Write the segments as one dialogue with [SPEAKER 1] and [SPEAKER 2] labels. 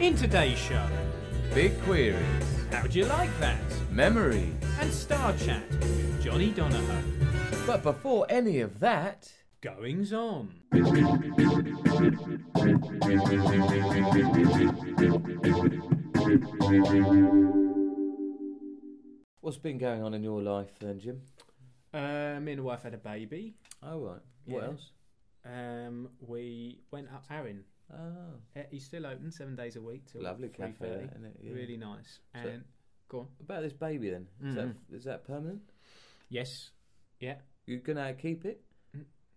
[SPEAKER 1] In today's show,
[SPEAKER 2] Big queries,
[SPEAKER 1] how would you like that?
[SPEAKER 2] memories.
[SPEAKER 1] And Star Chat with Johnny Donahoe.
[SPEAKER 2] But before any of that,
[SPEAKER 1] Goings on.
[SPEAKER 2] what's been going on in your life then, Jim?
[SPEAKER 1] Uh, me and the wife had a baby.
[SPEAKER 2] Oh right. What
[SPEAKER 1] Yeah.
[SPEAKER 2] else?
[SPEAKER 1] Um, we went up Arran.
[SPEAKER 2] Oh,
[SPEAKER 1] Uh, He's still open seven days a week. Till
[SPEAKER 2] lovely cafe,
[SPEAKER 1] 3:30.
[SPEAKER 2] that, isn't it? Yeah.
[SPEAKER 1] Really nice.
[SPEAKER 2] So-
[SPEAKER 1] And go on.
[SPEAKER 2] About this baby then. Is, that,
[SPEAKER 1] Mm.
[SPEAKER 2] is that permanent?
[SPEAKER 1] Yes.
[SPEAKER 2] You gonna keep it?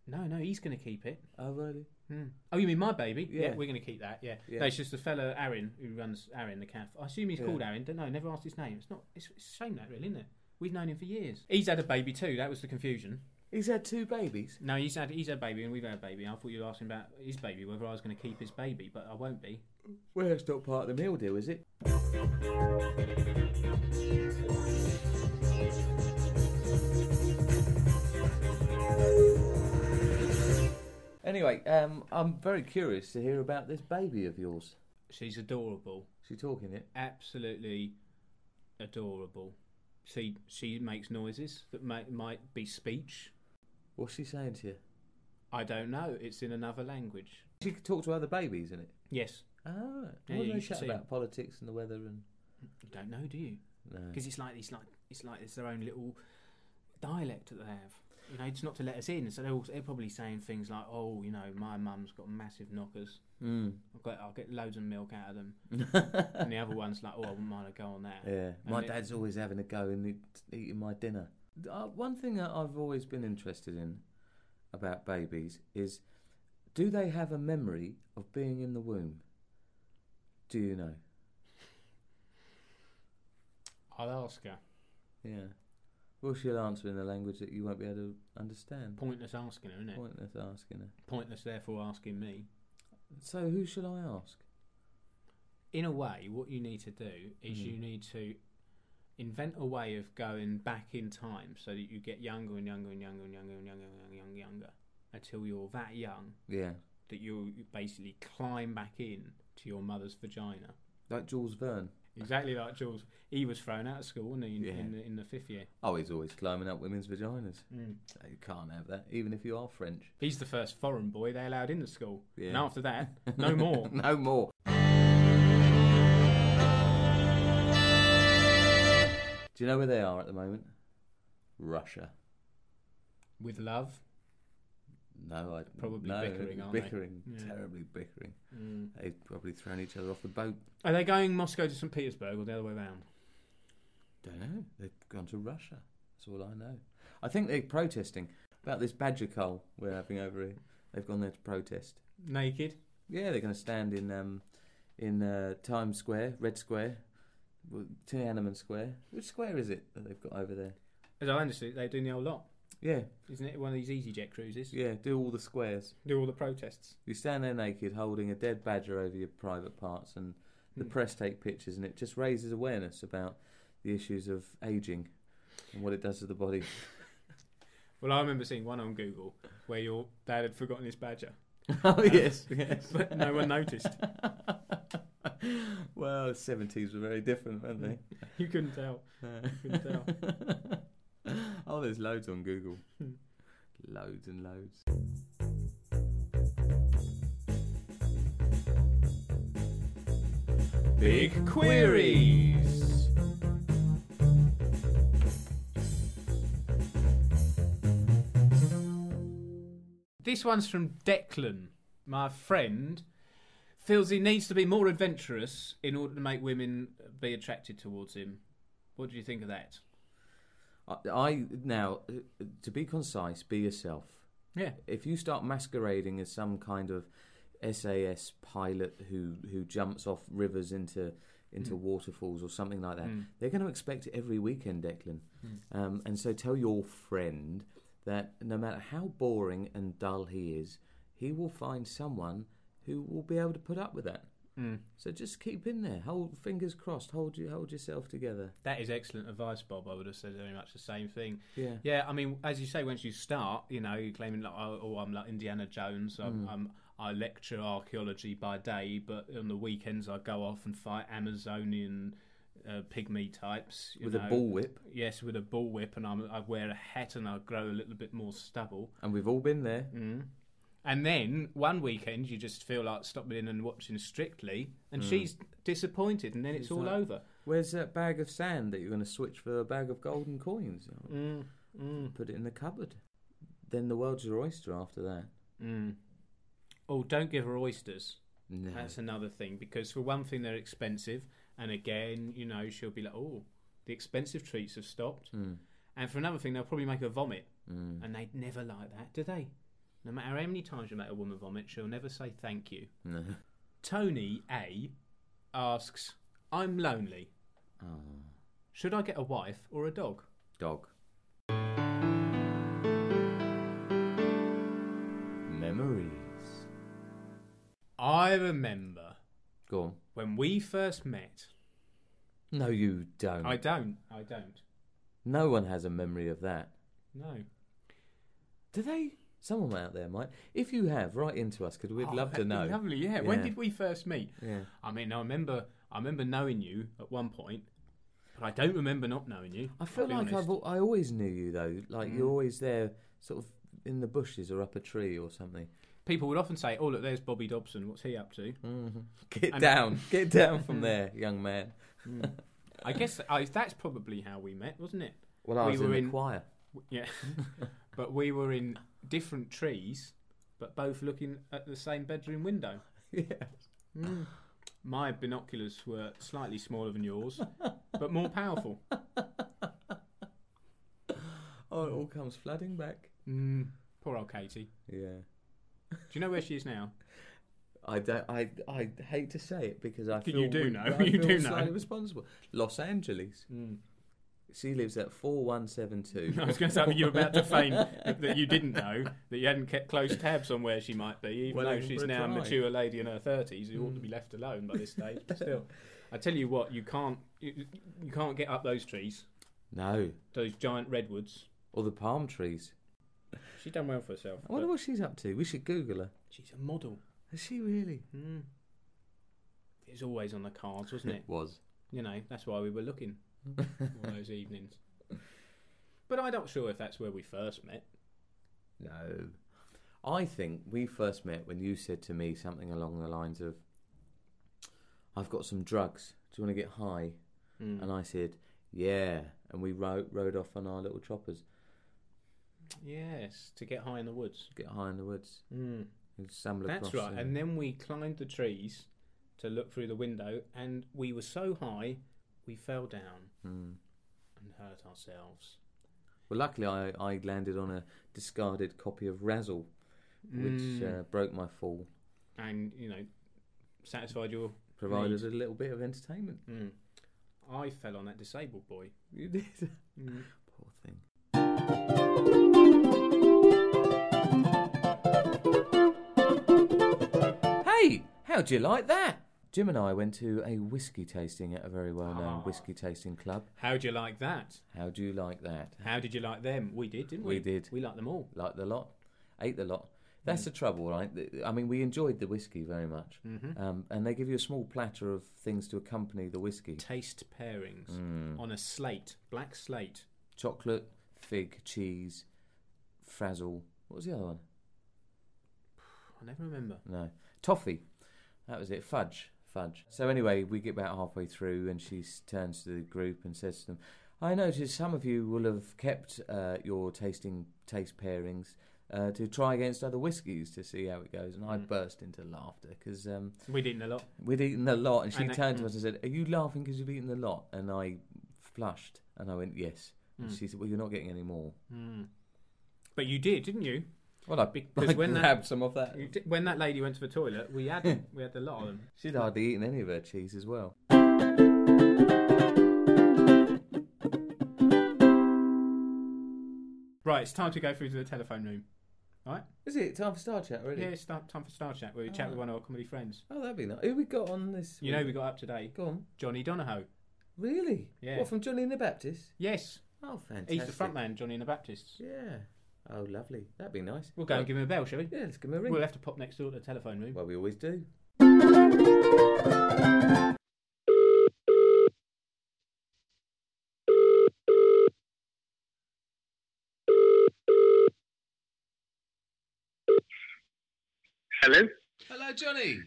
[SPEAKER 1] No, no, he's going to keep it.
[SPEAKER 2] Oh really?
[SPEAKER 1] Hmm. Oh, you mean my baby? Yeah,
[SPEAKER 2] Yeah.
[SPEAKER 1] we're going to keep that. Yeah.
[SPEAKER 2] Yeah.
[SPEAKER 1] No, it's just the fellow Aaron who runs Aaron the calf. I assume he's
[SPEAKER 2] Yeah.
[SPEAKER 1] called Aaron. Don't know. Never asked his name. It's not. It's, it's a shame that really, isn't it? We've known him for years. He's had a baby too. That was the confusion.
[SPEAKER 2] He's had two babies.
[SPEAKER 1] No, he's had he's had a baby and we've had a baby. I thought you were asking about his baby, whether I was going to keep his baby, but I won't be.
[SPEAKER 2] Well, it's not part of the meal deal, is it? Anyway, um, I'm very curious to hear about this baby of yours.
[SPEAKER 1] She's adorable.
[SPEAKER 2] Is she talking it?
[SPEAKER 1] absolutely adorable. She she makes noises that might might be speech.
[SPEAKER 2] What's she saying to you?
[SPEAKER 1] I don't know. It's in another language.
[SPEAKER 2] She could talk to other babies, isn't it?
[SPEAKER 1] Yes,
[SPEAKER 2] Ah, right.
[SPEAKER 1] Yeah,
[SPEAKER 2] what do
[SPEAKER 1] you
[SPEAKER 2] they
[SPEAKER 1] should
[SPEAKER 2] chat
[SPEAKER 1] see 'em.
[SPEAKER 2] about? Politics and the weather and
[SPEAKER 1] you don't know, do you?
[SPEAKER 2] no.
[SPEAKER 1] Because it's like it's like it's like it's their own little dialect that they have. You know, it's not to let us in. So they're, all, they're probably saying things like, "Oh, you know, my mum's got massive knockers.
[SPEAKER 2] Mm.
[SPEAKER 1] I'll get I'll get loads of milk out of them." and the other one's like, "Oh, I wouldn't mind a go on that."
[SPEAKER 2] Yeah, my
[SPEAKER 1] it-
[SPEAKER 2] dad's always having a go and eat- eating my dinner. Uh, one thing that I've always been interested in about babies is do they have a memory of being in the womb? Do you know?
[SPEAKER 1] I'll ask her.
[SPEAKER 2] Yeah. Well, she'll answer in a language that you won't be able to understand.
[SPEAKER 1] Pointless asking her, isn't it?
[SPEAKER 2] Pointless asking her.
[SPEAKER 1] Pointless, therefore, asking me.
[SPEAKER 2] So, who shall I ask?
[SPEAKER 1] in a way, what you need to do is
[SPEAKER 2] Mm.
[SPEAKER 1] you need to invent a way of going back in time so that you get younger and younger and younger and younger and younger and younger, and younger until you're that young
[SPEAKER 2] Yeah.
[SPEAKER 1] that you you basically climb back in to your mother's vagina.
[SPEAKER 2] Like Jules Verne.
[SPEAKER 1] Exactly like Jules. He was thrown out of school wasn't he, in,
[SPEAKER 2] Yeah.
[SPEAKER 1] in, the, in the fifth year.
[SPEAKER 2] Oh, he's always climbing up women's vaginas.
[SPEAKER 1] Mm.
[SPEAKER 2] You can't have that, even if you are French.
[SPEAKER 1] He's the first foreign boy they allowed in the school.
[SPEAKER 2] Yeah.
[SPEAKER 1] And after that, no more.
[SPEAKER 2] no more. Do you know where they are at the moment? Russia.
[SPEAKER 1] With love.
[SPEAKER 2] No, I
[SPEAKER 1] Probably
[SPEAKER 2] no,
[SPEAKER 1] bickering, aren't they?
[SPEAKER 2] bickering,
[SPEAKER 1] Yeah.
[SPEAKER 2] terribly bickering.
[SPEAKER 1] Mm.
[SPEAKER 2] They've probably thrown each other off the boat.
[SPEAKER 1] Are they going Moscow to St. Petersburg or the other way round?
[SPEAKER 2] Don't know. They've gone to Russia. That's all I know. I think they're protesting about this badger cull we're having over here. They've gone there to protest.
[SPEAKER 1] Naked?
[SPEAKER 2] Yeah, they're going to stand in um, in uh, Times Square, Red Square, well, Tiananmen Square. Which square is it that they've got over there?
[SPEAKER 1] As I understood it, they're doing the whole lot.
[SPEAKER 2] Yeah,
[SPEAKER 1] Isn't it one of these EasyJet cruises?
[SPEAKER 2] yeah. Do all the squares.
[SPEAKER 1] Do all the protests.
[SPEAKER 2] You stand there naked, holding a dead badger over your private parts, and the
[SPEAKER 1] Hmm.
[SPEAKER 2] press take pictures, and it just raises awareness about the issues of aging and what it does to the body.
[SPEAKER 1] Well, I remember seeing one on Google where your dad had forgotten his badger,
[SPEAKER 2] oh yes, yes.
[SPEAKER 1] but no one noticed.
[SPEAKER 2] well, the seventies were very different, weren't they?
[SPEAKER 1] You couldn't tell. couldn't
[SPEAKER 2] oh, there's loads on Google.
[SPEAKER 1] Hmm.
[SPEAKER 2] loads and loads.
[SPEAKER 1] Big queries. This one's from Declan, my friend. Feels he needs to be more adventurous in order to make women be attracted towards him. What do you think of that?
[SPEAKER 2] I, I now uh, to be concise, be yourself.
[SPEAKER 1] Yeah.
[SPEAKER 2] If you start masquerading as some kind of SAS pilot who who jumps off rivers into into waterfalls or something like that, they're going to expect it every weekend, Declan. Um, and so tell your friend that no matter how boring and dull he is, he will find someone who will be able to put up with that.
[SPEAKER 1] Mm.
[SPEAKER 2] So just keep in there. Hold fingers crossed. Hold you. Hold yourself together.
[SPEAKER 1] That is excellent advice, Bob. I would have said very much the same thing.
[SPEAKER 2] Yeah. Hmm.
[SPEAKER 1] Yeah, I mean, as you say, once you start, you know, you're claiming like, oh, oh, I'm like Indiana Jones. I'm, I'm I lecture archaeology by day, but on the weekends I go off and fight Amazonian uh, pygmy types you
[SPEAKER 2] with
[SPEAKER 1] know.
[SPEAKER 2] a bullwhip,
[SPEAKER 1] Yes, with a bullwhip, and I'm, I wear a hat and I grow a little bit more stubble.
[SPEAKER 2] and we've all been there.
[SPEAKER 1] And then one weekend you just feel like stopping in and watching Strictly, and she's disappointed, and then it's all
[SPEAKER 2] Hmm. like-
[SPEAKER 1] over.
[SPEAKER 2] Where's that bag of sand that you're going to switch for a bag of golden coins? You know,
[SPEAKER 1] Mm, mm,
[SPEAKER 2] Put it in the cupboard. Then the world's your oyster after that.
[SPEAKER 1] mm. Oh, don't give her oysters.
[SPEAKER 2] No.
[SPEAKER 1] That's another thing because for one thing they're expensive, and again, you know, she'll be like, "Oh, the expensive treats have stopped,"
[SPEAKER 2] Mm.
[SPEAKER 1] and for another thing, they'll probably make her vomit,
[SPEAKER 2] Mm.
[SPEAKER 1] and they'd never like that, do they? No matter how many times you make a woman vomit, she'll never say thank you.
[SPEAKER 2] No.
[SPEAKER 1] Tony A asks, "I'm lonely.
[SPEAKER 2] Oh.
[SPEAKER 1] Should I get a wife or a dog?"
[SPEAKER 2] Dog. Memories.
[SPEAKER 1] I remember
[SPEAKER 2] Go on.
[SPEAKER 1] when we first met.
[SPEAKER 2] No, you don't.
[SPEAKER 1] I don't. I don't.
[SPEAKER 2] No one has a memory of that.
[SPEAKER 1] No.
[SPEAKER 2] Do they? Someone out there might. If you have, write into us because we'd
[SPEAKER 1] Oh,
[SPEAKER 2] love to
[SPEAKER 1] that'd be
[SPEAKER 2] know.
[SPEAKER 1] Lovely. yeah. When
[SPEAKER 2] Yeah.
[SPEAKER 1] did we first meet?
[SPEAKER 2] Yeah.
[SPEAKER 1] I mean, I remember, I remember knowing you at one point, but I don't remember not knowing you.
[SPEAKER 2] I feel
[SPEAKER 1] I'll be
[SPEAKER 2] like I've,
[SPEAKER 1] honest.
[SPEAKER 2] al- I always knew you though. Like
[SPEAKER 1] Mm.
[SPEAKER 2] you're always there, sort of in the bushes or up a tree or something.
[SPEAKER 1] people would often say, "Oh, look, there's Bobby Dobson. What's he up to?"
[SPEAKER 2] Mhm. Get
[SPEAKER 1] And-
[SPEAKER 2] down, get down from there, young man.
[SPEAKER 1] I guess I, that's probably how we met, wasn't it?
[SPEAKER 2] Well, I
[SPEAKER 1] We
[SPEAKER 2] was
[SPEAKER 1] were
[SPEAKER 2] in
[SPEAKER 1] in-
[SPEAKER 2] the choir.
[SPEAKER 1] Yeah, but we were in different trees, but both looking at the same bedroom window.
[SPEAKER 2] yeah. Hmm.
[SPEAKER 1] My binoculars were slightly smaller than yours, but more powerful.
[SPEAKER 2] Oh, it all comes flooding back.
[SPEAKER 1] Mm, poor old Katie.
[SPEAKER 2] Yeah.
[SPEAKER 1] Do you know where she is now?
[SPEAKER 2] I don't. I I hate to say it because I
[SPEAKER 1] You
[SPEAKER 2] feel
[SPEAKER 1] do
[SPEAKER 2] we-
[SPEAKER 1] know,
[SPEAKER 2] I
[SPEAKER 1] you
[SPEAKER 2] feel
[SPEAKER 1] do know.
[SPEAKER 2] slightly responsible. Los Angeles.
[SPEAKER 1] Mm.
[SPEAKER 2] She lives at four one seven two.
[SPEAKER 1] I was going to say that you were about to feign that that you didn't know that you hadn't kept close tabs on where she might be, even
[SPEAKER 2] Well,
[SPEAKER 1] though
[SPEAKER 2] over
[SPEAKER 1] she's
[SPEAKER 2] a
[SPEAKER 1] now a
[SPEAKER 2] drive.
[SPEAKER 1] mature lady in her thirties who ought
[SPEAKER 2] Mm.
[SPEAKER 1] to be left alone by this stage. But still, I tell you what, you can't you, you can't get up those trees,
[SPEAKER 2] No,
[SPEAKER 1] those giant redwoods.
[SPEAKER 2] or the palm trees.
[SPEAKER 1] She's done well for herself.
[SPEAKER 2] I wonder
[SPEAKER 1] but
[SPEAKER 2] what she's up to. We should Google her.
[SPEAKER 1] she's a model.
[SPEAKER 2] Is she really?
[SPEAKER 1] Mm. It was always on the cards, wasn't it?
[SPEAKER 2] was.
[SPEAKER 1] You know, that's why we were looking all those evenings. But I'm not sure if that's where we first met.
[SPEAKER 2] No. I think we first met when you said to me something along the lines of, I've got some drugs. Do you want to get high?
[SPEAKER 1] Mm.
[SPEAKER 2] And I said, Yeah. And we rode, rode off on our little choppers
[SPEAKER 1] Yes, to get high in the woods.
[SPEAKER 2] to get high in the woods.
[SPEAKER 1] Mm.
[SPEAKER 2] And stumbled
[SPEAKER 1] That's
[SPEAKER 2] across
[SPEAKER 1] right.
[SPEAKER 2] some-
[SPEAKER 1] And then we climbed the trees to look through the window, and we were so high we fell down
[SPEAKER 2] Mm.
[SPEAKER 1] and hurt ourselves.
[SPEAKER 2] Well, luckily, I, I landed on a discarded copy of Razzle, which
[SPEAKER 1] Mm.
[SPEAKER 2] uh, broke my fall.
[SPEAKER 1] and you know, satisfied your.
[SPEAKER 2] Provided us a little bit of entertainment.
[SPEAKER 1] Mm. I fell on that disabled boy.
[SPEAKER 2] You did.
[SPEAKER 1] Mm.
[SPEAKER 2] Poor thing. Hey, how'd you like that? Jim and I went to a whiskey tasting at a very well known
[SPEAKER 1] Ah.
[SPEAKER 2] whiskey tasting club.
[SPEAKER 1] How'd you like that?
[SPEAKER 2] How do you like that?
[SPEAKER 1] How did you like them? We did, didn't we?
[SPEAKER 2] We did.
[SPEAKER 1] We liked them all.
[SPEAKER 2] Like the lot? Ate the lot. That's the trouble, right? Th- I mean, we enjoyed the whiskey very much.
[SPEAKER 1] Mm-hmm.
[SPEAKER 2] Um, and they give you a small platter of things to accompany the whiskey
[SPEAKER 1] Taste pairings
[SPEAKER 2] Mm.
[SPEAKER 1] on a slate, black slate.
[SPEAKER 2] chocolate, fig, cheese, frazzle. What was the other one?
[SPEAKER 1] I never remember.
[SPEAKER 2] No. Toffee. That was it. Fudge. Fudge. So anyway, we get about halfway through and she s- turns to the group and says to them, I notice some of you will have kept uh, your tasting taste pairings uh, to try against other whiskies to see how it goes. And
[SPEAKER 1] Mm.
[SPEAKER 2] I burst into laughter because um,
[SPEAKER 1] We'd eaten a lot.
[SPEAKER 2] we'd eaten a lot. And she
[SPEAKER 1] And that-
[SPEAKER 2] turned to us and said, Are you laughing because you've eaten a lot? And I flushed and I went, Yes. And she said, Well, you're not getting any more.
[SPEAKER 1] Mm. But you did, didn't you?
[SPEAKER 2] Well, I,
[SPEAKER 1] Because
[SPEAKER 2] I
[SPEAKER 1] when that-
[SPEAKER 2] grabbed some of that.
[SPEAKER 1] You did- When that lady went to the toilet, we had we had a lot of them.
[SPEAKER 2] She'd hardly eaten any of her cheese as well.
[SPEAKER 1] Right, it's time to go through to the telephone room.
[SPEAKER 2] Is it time for Star Chat already?
[SPEAKER 1] Yeah, it's ti- time for Star Chat, where we chat with one of our comedy friends.
[SPEAKER 2] Oh, that'd be nice. Who we got on this?
[SPEAKER 1] You know, we got up today
[SPEAKER 2] Go on.
[SPEAKER 1] Johnny Donahoe.
[SPEAKER 2] Really?
[SPEAKER 1] Yeah.
[SPEAKER 2] What from Johnny and the Baptist?
[SPEAKER 1] Yes,
[SPEAKER 2] Oh, fantastic.
[SPEAKER 1] he's the front man, Johnny and the Baptists.
[SPEAKER 2] Yeah. Oh, lovely. That'd be nice.
[SPEAKER 1] We'll go and give him a bell, shall we?
[SPEAKER 2] Yeah, let's give him a ring.
[SPEAKER 1] We'll have to pop next door to the telephone room.
[SPEAKER 2] well, we always do.
[SPEAKER 3] Hello?
[SPEAKER 4] Hello, Johnny.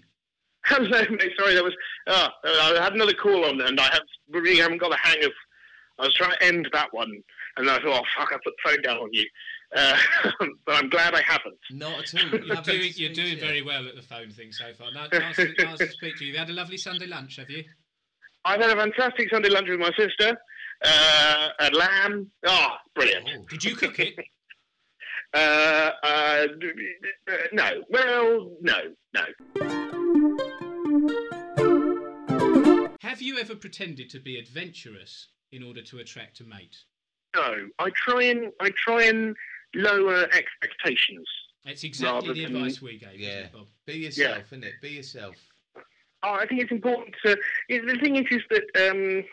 [SPEAKER 3] Hello, mate. Sorry, that was. Uh, I had another call on, and I have really haven't got the hang of. I was trying to end that one, and then I thought, oh fuck, I put the phone down on you. Uh, but I'm glad I haven't.
[SPEAKER 4] Not at all.
[SPEAKER 3] You're
[SPEAKER 1] You're
[SPEAKER 4] Lovely to
[SPEAKER 1] doing,
[SPEAKER 4] speak to you.
[SPEAKER 1] very well at the phone thing so far. Nice, nice, to, nice to speak to you. You've had a lovely Sunday lunch, have you?
[SPEAKER 3] I've had a fantastic Sunday lunch with my sister. Uh, a lamb. Oh, brilliant.
[SPEAKER 4] Oh,
[SPEAKER 1] Did you cook it?
[SPEAKER 3] Uh, uh, no. Well, no, no.
[SPEAKER 1] Have you ever pretended to be adventurous in order to attract a mate?
[SPEAKER 3] No. I try and I try and lower expectations.
[SPEAKER 1] That's exactly
[SPEAKER 3] Rather
[SPEAKER 1] the
[SPEAKER 3] than-
[SPEAKER 1] advice we gave,
[SPEAKER 4] Yeah.
[SPEAKER 1] isn't it, Bob?
[SPEAKER 4] be yourself, innit? Be yourself.
[SPEAKER 3] Oh, I think it's important to. yeah, The thing is, is that um,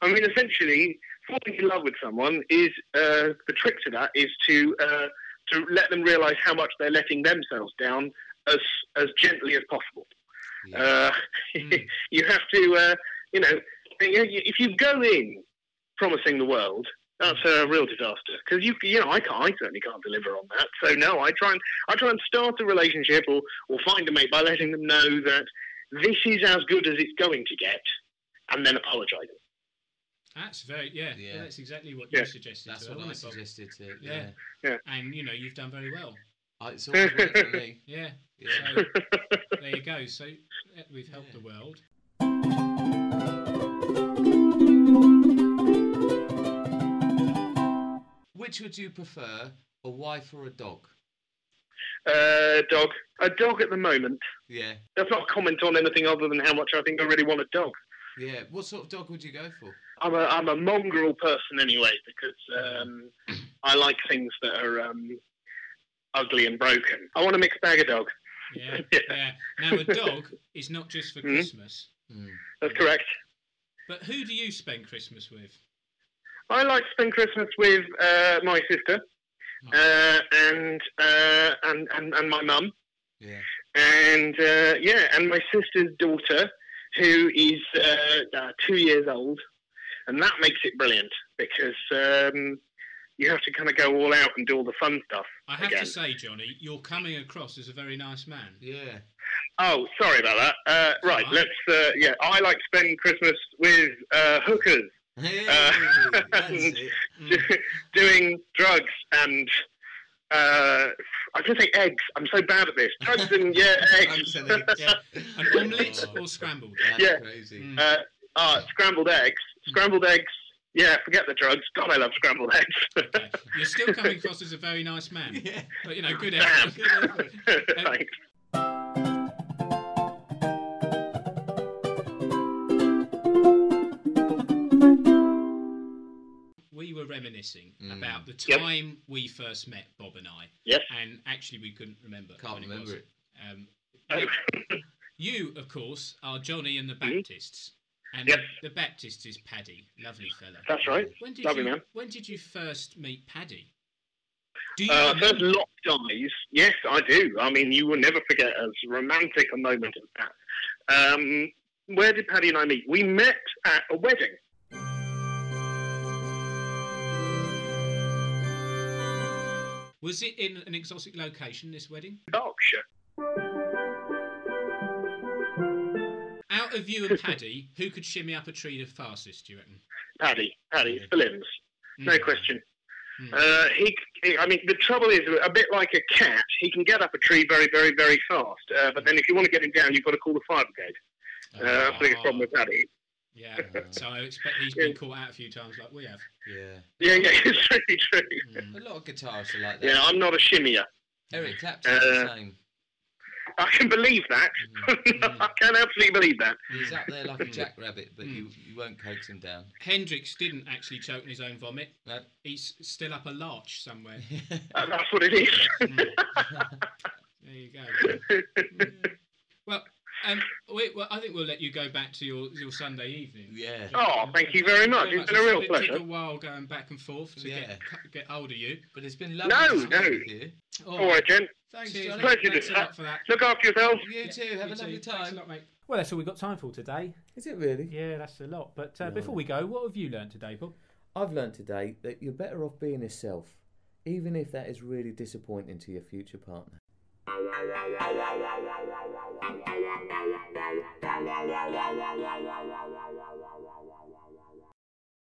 [SPEAKER 3] I mean, essentially, falling in love with someone is uh, the trick to that is to uh, to let them realise how much they're letting themselves down as as gently as possible.
[SPEAKER 4] Yeah.
[SPEAKER 3] Uh,
[SPEAKER 1] Mm.
[SPEAKER 3] you have to, uh, you know, if you go in promising the world, that's a real disaster because you, you know, I can't, I certainly can't deliver on that. So no, I try and I try and start a relationship or or find a mate by letting them know that this is as good as it's going to get, and then apologise.
[SPEAKER 1] That's very, yeah,
[SPEAKER 4] Yeah.
[SPEAKER 1] well, that's exactly what
[SPEAKER 3] Yeah.
[SPEAKER 1] you suggested.
[SPEAKER 4] That's
[SPEAKER 1] to
[SPEAKER 4] what
[SPEAKER 1] her,
[SPEAKER 4] I
[SPEAKER 1] wasn't it, Bob?
[SPEAKER 4] suggested to.
[SPEAKER 1] Yeah.
[SPEAKER 4] Yeah.
[SPEAKER 1] And, you know, you've done very well.
[SPEAKER 4] I, it's always worked for me.
[SPEAKER 1] Yeah.
[SPEAKER 4] Yeah.
[SPEAKER 1] So there you go. So uh, we've helped
[SPEAKER 4] Yeah.
[SPEAKER 1] the world.
[SPEAKER 4] Which would you prefer, a wife or a dog?
[SPEAKER 3] Uh, dog, a dog at the moment.
[SPEAKER 4] Yeah.
[SPEAKER 3] That's not a comment on anything other than how much I think I really want a dog.
[SPEAKER 4] Yeah. What sort of dog would you go for?
[SPEAKER 3] I'm a I'm a mongrel person anyway because um, I like things that are um, ugly and broken. I want a mixed bag of dog.
[SPEAKER 1] Yeah.
[SPEAKER 3] Yeah.
[SPEAKER 1] yeah. Now, a dog is not just for
[SPEAKER 3] Mhm.
[SPEAKER 1] Christmas,
[SPEAKER 4] Mm.
[SPEAKER 3] That's correct.
[SPEAKER 1] but who do you spend Christmas with?
[SPEAKER 3] I like to spend Christmas with uh, my sister uh, and, uh, and and and my mum
[SPEAKER 4] Yeah.
[SPEAKER 3] and uh, yeah and my sister's daughter who is uh, uh, two years old, and that makes it brilliant because um, you have to kind of go all out and do all the fun stuff.
[SPEAKER 1] I have
[SPEAKER 3] Again.
[SPEAKER 1] to say, Johnny, you're coming across as a very nice man.
[SPEAKER 4] Yeah.
[SPEAKER 3] Oh, sorry about that. Uh, right,
[SPEAKER 1] Alright.
[SPEAKER 3] let's. Uh, yeah, I like to spend Christmas with uh, hookers,
[SPEAKER 4] Hey,
[SPEAKER 3] Uh,
[SPEAKER 4] that's it.
[SPEAKER 3] doing drugs and. Uh, I was going to say eggs. I'm so bad at this. Drugs and yeah, eggs.
[SPEAKER 4] Drugs and eggs.
[SPEAKER 1] Yeah. An omelette
[SPEAKER 4] Oh,
[SPEAKER 1] or scrambled?
[SPEAKER 4] That's
[SPEAKER 3] Yeah.
[SPEAKER 4] crazy.
[SPEAKER 1] Mm.
[SPEAKER 3] Uh, ah, scrambled eggs. Scrambled eggs. Yeah, forget the drugs. God, I love scrambled eggs.
[SPEAKER 1] Okay. You're still coming across as a very nice man.
[SPEAKER 4] Yeah.
[SPEAKER 1] But, you know, good
[SPEAKER 3] Damn.
[SPEAKER 1] effort. Good effort.
[SPEAKER 3] Thanks.
[SPEAKER 1] We were reminiscing
[SPEAKER 4] Mm.
[SPEAKER 1] about the
[SPEAKER 3] Yep.
[SPEAKER 1] time we first met, Bob and I.
[SPEAKER 3] Yes.
[SPEAKER 1] And actually, we couldn't remember.
[SPEAKER 4] Can't
[SPEAKER 1] when
[SPEAKER 4] remember
[SPEAKER 1] was.
[SPEAKER 4] it.
[SPEAKER 1] Um,
[SPEAKER 3] Oh.
[SPEAKER 1] you, of course, are Johnny and the
[SPEAKER 3] Mm-hmm.
[SPEAKER 1] Baptists. And
[SPEAKER 3] Yes.
[SPEAKER 1] the, the Baptist is Paddy. Lovely fella.
[SPEAKER 3] That's right.
[SPEAKER 1] When did,
[SPEAKER 3] Lovely
[SPEAKER 1] you,
[SPEAKER 3] man.
[SPEAKER 1] when did you first meet Paddy? Do you
[SPEAKER 3] Uh, first
[SPEAKER 1] remember?
[SPEAKER 3] locked eyes. Yes, I do. I mean, you will never forget as romantic a moment as that. Um, where did Paddy and I meet? We met at a wedding.
[SPEAKER 1] Was it in an exotic location, this wedding?
[SPEAKER 3] Berkshire.
[SPEAKER 1] Out of you and Paddy, who could shimmy up a tree the fastest, do you reckon?
[SPEAKER 3] Paddy, Paddy, it's the limbs, no
[SPEAKER 1] Mm.
[SPEAKER 3] question.
[SPEAKER 1] Hmm.
[SPEAKER 3] Uh, he, he, I mean, the trouble is, a bit like a cat, he can get up a tree very, very, very fast. Uh, but then if you want to get him down, you''t got to call the fire brigade. Uh, that's the biggest problem with Paddy.
[SPEAKER 1] Oh. Yeah, so I expect he's been caught out a few times like we have.
[SPEAKER 4] Yeah.
[SPEAKER 3] Yeah, yeah, it's really true.
[SPEAKER 1] Mm.
[SPEAKER 4] A lot of guitarists are like that.
[SPEAKER 3] Yeah, I'm not a shimmier.
[SPEAKER 4] Eric Clapton's the
[SPEAKER 3] Uh,
[SPEAKER 4] same.
[SPEAKER 3] I can believe that.
[SPEAKER 1] Hmm.
[SPEAKER 3] I can absolutely believe that.
[SPEAKER 4] He's up there like
[SPEAKER 3] Hmm.
[SPEAKER 4] a jackrabbit, but
[SPEAKER 1] Mm.
[SPEAKER 4] you, you won't coax him down.
[SPEAKER 1] Hendrix didn't actually choke on his own vomit.
[SPEAKER 4] No.
[SPEAKER 1] He's still up a larch somewhere. Hmm.
[SPEAKER 3] Uh, that's what it is.
[SPEAKER 1] Mm. there you go. Mm. Well, um, we we, well, I think we'll let you go back to your, your Sunday evening.
[SPEAKER 5] Yeah.
[SPEAKER 3] Oh, thank you very much.
[SPEAKER 1] Very
[SPEAKER 3] It's been a real
[SPEAKER 1] it
[SPEAKER 3] pleasure.
[SPEAKER 1] took a while going back and forth to
[SPEAKER 5] Yeah.
[SPEAKER 1] get get hold of you.
[SPEAKER 5] But it's been lovely.
[SPEAKER 3] No,
[SPEAKER 5] to speak
[SPEAKER 3] no.
[SPEAKER 5] With you.
[SPEAKER 1] All
[SPEAKER 3] All right, Jen.
[SPEAKER 5] Thanks,
[SPEAKER 1] Cheers,
[SPEAKER 5] Johnny.
[SPEAKER 1] mate.
[SPEAKER 3] Pleasure to
[SPEAKER 1] Thanks a lot
[SPEAKER 3] chat.
[SPEAKER 1] for that.
[SPEAKER 3] Look after yourself.
[SPEAKER 5] You too. Have
[SPEAKER 1] You
[SPEAKER 5] a lovely
[SPEAKER 1] too. Thanks a
[SPEAKER 5] time.
[SPEAKER 1] lot, mate.
[SPEAKER 6] Well, that's all we've got time for today.
[SPEAKER 2] Is it really?
[SPEAKER 6] Yeah, that's a lot. But uh, before we go, what have you learned today, Bob?
[SPEAKER 2] I've learned today that you're better off being yourself, even if that is really disappointing to your future partner.